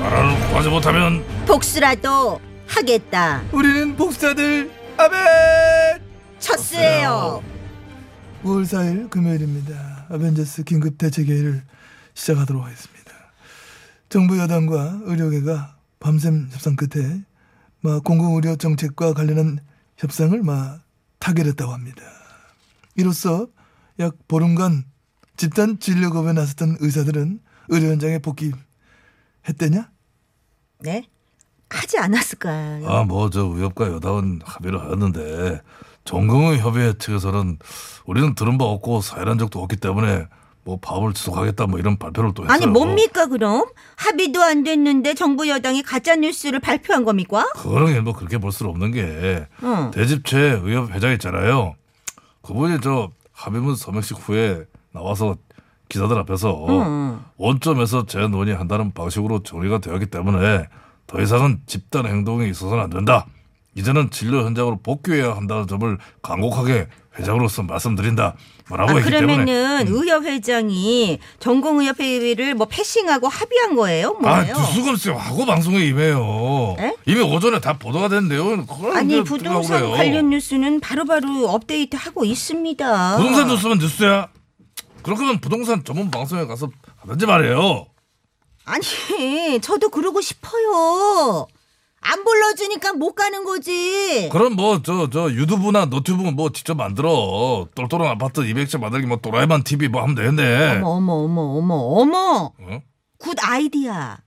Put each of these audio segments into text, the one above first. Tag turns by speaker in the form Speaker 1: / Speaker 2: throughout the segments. Speaker 1: 나라를 구하지 못하면
Speaker 2: 복수라도 하겠다.
Speaker 3: 우리는 복사들 아멘
Speaker 2: 첫수예요.
Speaker 3: 5월 4일 금요일입니다. 아벤져스 긴급 대책회의를 시작하도록 하겠습니다. 정부 여당과 의료계가 밤샘 협상 끝에 마 공공 의료 정책과 관련한 협상을 마 타결했다고 합니다. 이로써 약 보름간 집단 진료급에 나섰던 의사들은 의료 현장에 복귀했대냐?
Speaker 2: 네? 하지 않았을까요?
Speaker 1: 아 뭐 저 의협과 여당은 합의를 하였는데 전공의 협의 측에서는 우리는 들은 바 없고 사일한 적도 없기 때문에 뭐 밥을 지속하겠다 뭐 이런 발표를 또 했어요.
Speaker 2: 아니 뭡니까 그럼? 합의도 안 됐는데 정부 여당이 가짜 뉴스를 발표한 겁니까?
Speaker 1: 그런 게뭐 그렇게 볼 수는 없는 게
Speaker 2: 응.
Speaker 1: 대집체 의협 회장 있잖아요. 그분이 저 합의문 서명식 후에 나와서 기자들 앞에서
Speaker 2: 응.
Speaker 1: 원점에서 재논의한다는 방식으로 정리가 되었기 때문에 더 이상은 집단 행동에 있어서는 안 된다. 이제는 진료 현장으로 복귀해야 한다는 점을 간곡하게 회장으로서 말씀드린다.
Speaker 2: 아,
Speaker 1: 뭐라고 했기 때문에 음.
Speaker 2: 그러면은 의협 회장이 전공의협 회의를 뭐 패싱하고 합의한 거예요?
Speaker 1: 아
Speaker 2: 뭐예요?
Speaker 1: 두수검쌤 하고 방송에 임해요.
Speaker 2: 에?
Speaker 1: 이미 오전에 다 보도가 된 내용은 그걸
Speaker 2: 아니
Speaker 1: 이제 들으라고
Speaker 2: 부동산
Speaker 1: 그래요.
Speaker 2: 관련 뉴스는 바로바로 업데이트하고 있습니다.
Speaker 1: 부동산 뉴스면 뉴스야. 그렇게면 부동산 전문 방송에 가서 하든지 말이에요.
Speaker 2: 아니 저도 그러고 싶어요. 안 불러주니까 못 가는 거지.
Speaker 1: 그럼 뭐 저 저 유튜브나 노튜브 뭐 직접 만들어 똘똘한 아파트 200채 만들기 뭐 도라이만 TV 뭐 하면
Speaker 3: 네.
Speaker 1: 되는데
Speaker 2: 어머 어머 어머 어머 어머
Speaker 1: 어?
Speaker 2: 굿 아이디야.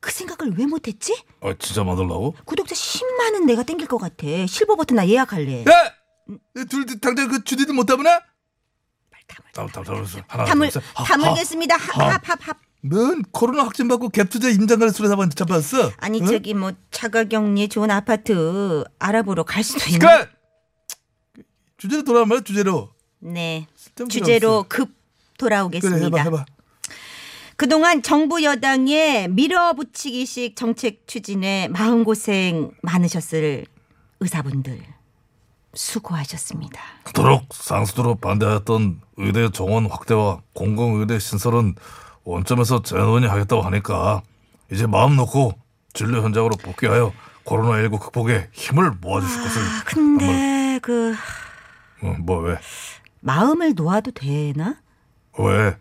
Speaker 2: 그 생각을 왜 못했지?
Speaker 1: 아 진짜 만들라고?
Speaker 2: 구독자 10만은 내가 땡길 것 같아. 실버 버튼 나 예약할래.
Speaker 3: 야! 둘 당장 그 주디도 못 담으나?
Speaker 1: 다음 다음 다음 하나
Speaker 3: 아,
Speaker 2: 담을
Speaker 1: 둘, 셋. 하,
Speaker 2: 담을겠습니다. 합합합
Speaker 3: 뭔 코로나 확진 받고 갭투자 임장가를 수레잡았는지 잡았어?
Speaker 2: 아니
Speaker 3: 응?
Speaker 2: 저기 뭐 자가격리 좋은 아파트 알아보러 갈 수도 있는.
Speaker 3: 끝! 주제로 돌아와 말이야 주제로
Speaker 2: 네.
Speaker 3: 좀
Speaker 2: 주제로 급
Speaker 3: 그래
Speaker 2: 돌아오겠습니다.
Speaker 3: 해봐 해봐
Speaker 2: 그동안 정부 여당의 밀어붙이기식 정책 추진에 마음고생 많으셨을 의사분들 수고하셨습니다.
Speaker 1: 그토록 상수도로 반대했던 의대 정원 확대와 공공의대 신설은 원점에서 재논의하겠다고 하니까 이제 마음 놓고 진료 현장으로 복귀하여 코로나19 극복에 힘을 모아주실 것을 어,
Speaker 2: 아, 근데 그
Speaker 1: 뭐왜
Speaker 2: 마음을 놓아도 되나?
Speaker 1: 왜?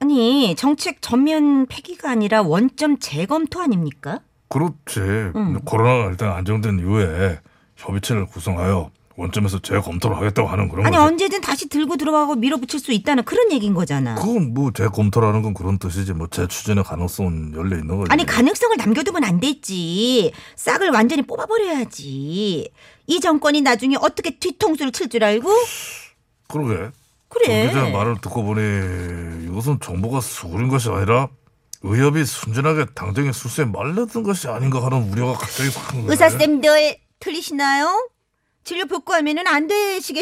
Speaker 2: 아니 정책 전면 폐기가 아니라 원점 재검토 아닙니까?
Speaker 1: 그렇지.
Speaker 2: 음.
Speaker 1: 코로나가 일단 안정된 이후에 협의체를 구성하여 원점에서 재검토를 하겠다고 하는 그런
Speaker 2: 아니
Speaker 1: 거지.
Speaker 2: 언제든 다시 들고 들어가고 밀어붙일 수 있다는 그런 얘기인 거잖아.
Speaker 1: 그건 뭐 재검토라는 건 그런 뜻이지 뭐 재추진의 가능성은 열려 있는 거지.
Speaker 2: 아니 가능성을 남겨두면 안 되지. 싹을 완전히 뽑아버려야지. 이 정권이 나중에 어떻게 뒤통수를 칠 줄 알고?
Speaker 1: 그러게.
Speaker 2: 그래.
Speaker 1: 정기자 말을 듣고 보니 이것은 정부가 수그린 것이 아니라 의협이 순진하게 당정의 수세에 말렸던 것이 아닌가 하는 우려가 갑자기 확 드네.
Speaker 2: 의사 쌤들 틀리시나요? 진료 복구하면은 안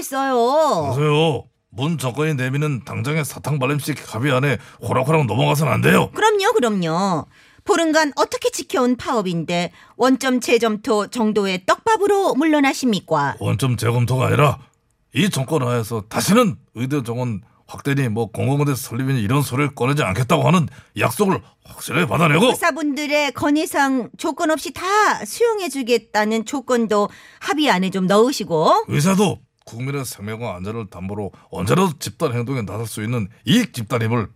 Speaker 2: 되시겠어요.
Speaker 1: 보세요. 문 정권이 내미는 당장의 사탕 발림식 합의 안에 호락호락 넘어가선 안 돼요.
Speaker 2: 그럼요, 그럼요. 보름간 어떻게 지켜온 파업인데 원점 재점토 정도의 떡밥으로 물러나십니까?
Speaker 1: 원점 재검토가 아니라 이 정권 하에서 다시는 의대 정원 확대니 뭐 공공의대 설립이니 이런 소리를 꺼내지 않겠다고 하는 약속을 확실하게 받아내고
Speaker 2: 의사분들의 건의상 조건 없이 다 수용해주겠다는 조건도 합의 안에 좀 넣으시고
Speaker 1: 의사도 국민의 생명과 안전을 담보로 언제라도 집단 행동에 나설 수 있는 이익 집단임을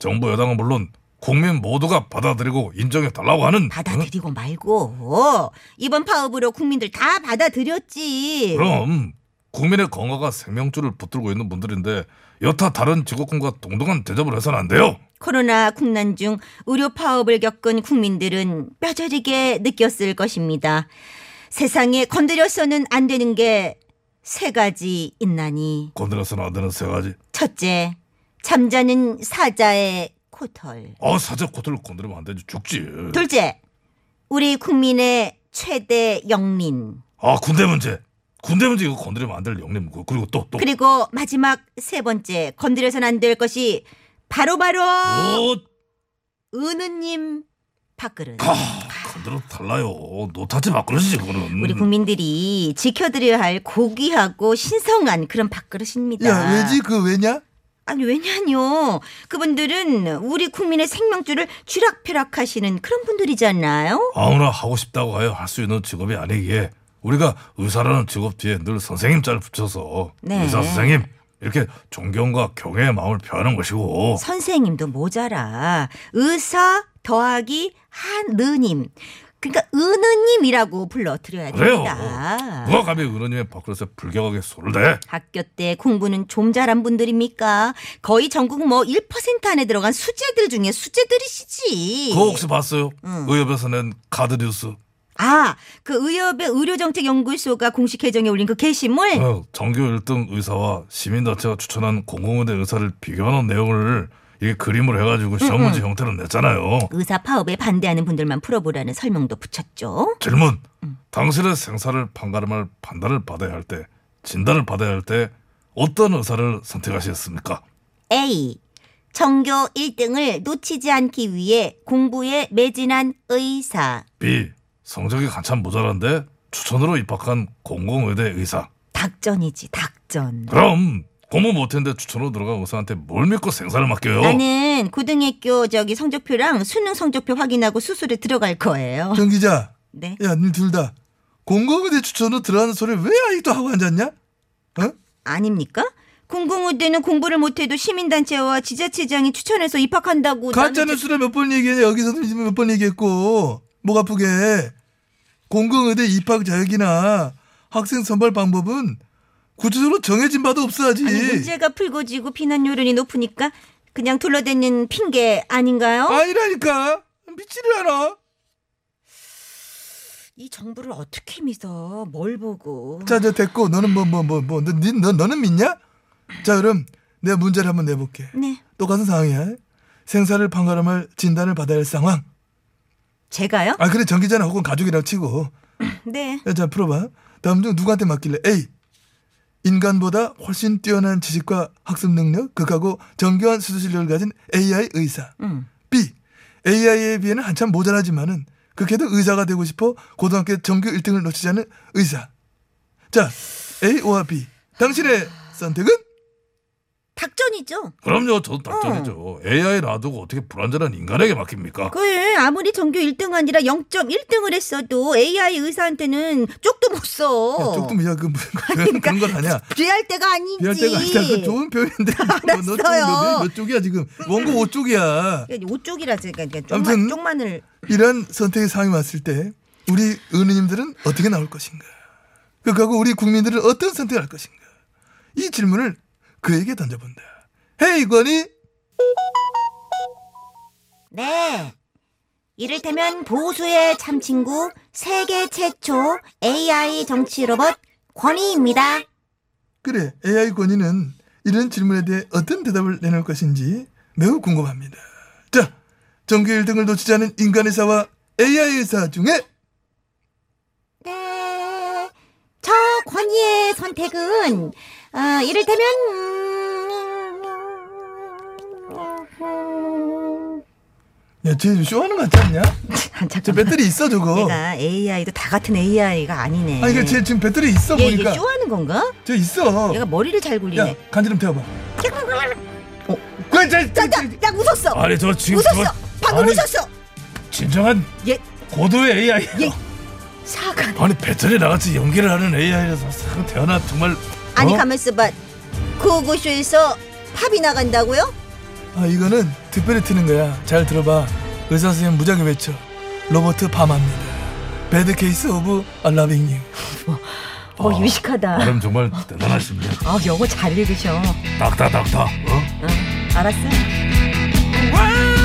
Speaker 1: 정부 여당은 물론 국민 모두가 받아들이고 인정해 달라고 하는
Speaker 2: 받아들이고 말고 이번 파업으로 국민들 다 받아들였지.
Speaker 1: 그럼 국민의 건강과 생명줄을 붙들고 있는 분들인데 여타 다른 직업군과 동등한 대접을 해서는 안 돼요.
Speaker 2: 코로나 국난 중 의료 파업을 겪은 국민들은 뼈저리게 느꼈을 것입니다. 세상에 건드려서는 안 되는 게 세 가지 있나니.
Speaker 1: 건드려서는 안 되는 세 가지.
Speaker 2: 첫째, 잠자는 사자의 코털.
Speaker 1: 아 사자 코털 건드리면 안 되지 죽지.
Speaker 2: 둘째, 우리 국민의 최대 영린.
Speaker 1: 아 군대 문제. 군대 문제 이거 건드리면 안 될 영림 그- 그리고 또 또.
Speaker 2: 그리고 마지막 세 번째, 건드려선 안 될 것이 바로바로
Speaker 1: 오,
Speaker 2: 은우님 밥그릇.
Speaker 1: 아, 건드려 달라요. 노타지 막그러지 그거는.
Speaker 2: 우리 국민들이 지켜드려야 할 고귀하고 신성한 그런 밥그릇입니다.
Speaker 3: 야 왜지 그 왜냐?
Speaker 2: 아니 왜냐뇨? 그분들은 우리 국민의 생명줄을 쥐락펴락하시는 그런 분들이잖아요.
Speaker 1: 아무나 하고 싶다고 하여 할 수 있는 직업이 아니기에 우리가 의사라는 직업 뒤에 늘 선생님 짤 붙여서
Speaker 2: 네.
Speaker 1: 의사 선생님 이렇게 존경과 경외의 마음을 표하는 것이고
Speaker 2: 선생님도 모자라 의사 더하기 한느님. 그러니까 은느님이라고 불러드려야
Speaker 1: 그래요. 어.
Speaker 2: 됩니다.
Speaker 1: 누가 감히 은호님의 밥그릇에 불경하게 손을 대?
Speaker 2: 학교 때 공부는 좀 잘한 분들입니까? 거의 전국 뭐 1% 안에 들어간 수재들 중에 수재들이시지. 음.
Speaker 1: 그거 혹시 봤어요? 의협에서 낸 카드 뉴스.
Speaker 2: 아, 그 의협의 의료정책연구소가 공식 회정에 올린 그 게시물?
Speaker 1: 어, 정교 1등 의사와 시민단체가 추천한 공공의대 의사를 비교하는 내용을 이게 그림으로
Speaker 2: 음,
Speaker 1: 해가지고 시험 문제 형태로 냈잖아요.
Speaker 2: 의사 파업에 반대하는 분들만 풀어보라는 설명도 붙였죠.
Speaker 1: 질문.
Speaker 2: 음.
Speaker 1: 당신의 생사를 판가름할 판단을 받아야 할 때, 진단을 받아야 할 때 어떤 의사를 선택하시겠습니까?
Speaker 2: A. 전교 1등을 놓치지 않기 위해 공부에 매진한 의사.
Speaker 1: B. 성적이 한참 모자란데 추천으로 입학한 공공의대 의사.
Speaker 2: 닥전이지, 닥전.
Speaker 1: 어. 그럼 공부 못했는데 추천으로 들어간 의사한테 뭘 믿고 생사를 맡겨요?
Speaker 2: 나는 고등학교 저기 성적표랑 수능 성적표 확인하고 수술에 들어갈 거예요.
Speaker 3: 정 기자
Speaker 2: 네.
Speaker 3: 야니둘다 공공의대 추천으로 들어가는 소리 왜 아직도 하고 앉았냐? 어?
Speaker 2: 그 아닙니까? 공공의대는 공부를 못해도 시민단체와 지자체장이 추천해서 입학한다고. 나는
Speaker 3: 가짜뉴스를 몇 번 얘기했냐 여기서도 몇 번 얘기했고 목 아프게 공공의대 입학 자격이나 학생 선발 방법은 구체적으로 정해진 바도 없어야지
Speaker 2: 아니, 문제가 풀거지고 비난 여론이 높으니까 그냥 둘러대는 핑계 아닌가요?
Speaker 3: 아니라니까 미치를 않아
Speaker 2: 이 정부를 어떻게 믿어? 뭘 보고?
Speaker 3: 자자 됐고 너는 뭐 뭐 뭐 뭐 너, 니- 너, 너는 믿냐 자 그럼 내가 문제를 한번 내볼게
Speaker 2: 네,
Speaker 3: 똑같은 상황이야 생사를 판가름할 진단을 받아야 할 상황
Speaker 2: 제가요?
Speaker 3: 아 그래 전기자나 혹은 가족이라고 치고
Speaker 2: 네.
Speaker 3: 야, 자 풀어봐. 다음 중 누구한테 맡길래? A. 인간보다 훨씬 뛰어난 지식과 학습 능력, 극하고 정교한 수술 실력을 가진 AI 의사.
Speaker 2: 음.
Speaker 3: B. AI에 비해는 한참 모자라지만은 극해도 의사가 되고 싶어 고등학교 전교 1등을 놓치지 않은 의사. 자, A와 B. 당신의 선택은?
Speaker 2: 닥전이죠.
Speaker 1: 그럼요, 저도
Speaker 2: 음.
Speaker 1: 답변이죠. AI 놔두고 어떻게 불완전한 인간에게 맡깁니까?
Speaker 2: 그 아무리 전교 1등 아니라 0.1등을 했어도 AI 의사한테는 쪽도 못 써.
Speaker 3: 야, 쪽도 미야 그, 뭐, 그런 건 아니야.
Speaker 2: 비할 때가 아니지.
Speaker 3: 미할 때가 아니다. 그 좋은 표현인데. 너, 너, 쪽, 너, 몇 쪽이야 지금? 원고 5쪽이야.
Speaker 2: 쪽이라 제가
Speaker 3: 아무튼-
Speaker 2: 쪽만 쪽만을
Speaker 3: 이런 선택의 상황이 왔을 때 우리 은우님들은 어떻게 나올 것인가? 그리고 우리 국민들은 어떤 선택을 할 것인가? 이 질문을 그에게 던져본다. 헤이 권이
Speaker 2: 네. 이를테면 보수의 참친구 세계 최초 AI 정치 로봇 권희입니다.
Speaker 3: 그래 AI 권이는 이런 질문에 대해 어떤 대답을 내놓을 것인지 매우 궁금합니다. 자, 전교 1등을 놓치지 않은 인간 의사와 AI 의사 중에
Speaker 2: 네. 저 권희의 선택은 어, 이를테면 음...
Speaker 3: 야, 쟤 쇼하는 거 같지 않냐? 쟤
Speaker 2: 잠깐만.
Speaker 3: 배터리 있어 저거.
Speaker 2: 내가 AI도 다 같은 AI가 아니네.
Speaker 3: 아니 그쟤 지금 배터리 있어
Speaker 2: 얘,
Speaker 3: 보니까.
Speaker 2: 얘 예, 쇼하는 건가?
Speaker 3: 쟤 있어.
Speaker 2: 얘가 머리를 잘 굴리네.
Speaker 3: 야, 간지럼 태워봐.
Speaker 2: 어.
Speaker 3: 그래, 자, 자,
Speaker 2: 나, 나 웃었어.
Speaker 1: 아니, 저 지금
Speaker 2: 웃었어.
Speaker 1: 저-
Speaker 2: 방금
Speaker 1: 아니,
Speaker 2: 웃었어.
Speaker 1: 진정한
Speaker 2: 얘
Speaker 1: 고도의 AI.
Speaker 2: 예. 사과.
Speaker 1: 아니 배터리 나같이 연기를 하는 AI라서 상 태어나 정말. 어?
Speaker 2: 아니 가만 있어봐. 구호고쇼에서 팝이 나간다고요?
Speaker 3: 아 이거는 특별히 트는 거야. 잘 들어봐. 의사 선생님 무작위 외쳐. 로버트 밤합니다. 배드 케이스 오브 알라빙 유.
Speaker 2: 어, 유식하다.
Speaker 1: 발음 정말 대단하십니다.
Speaker 2: 아 영어 잘 읽으셔.
Speaker 1: 닥다 닥다. 어?
Speaker 2: 응, 알았어.
Speaker 4: 와!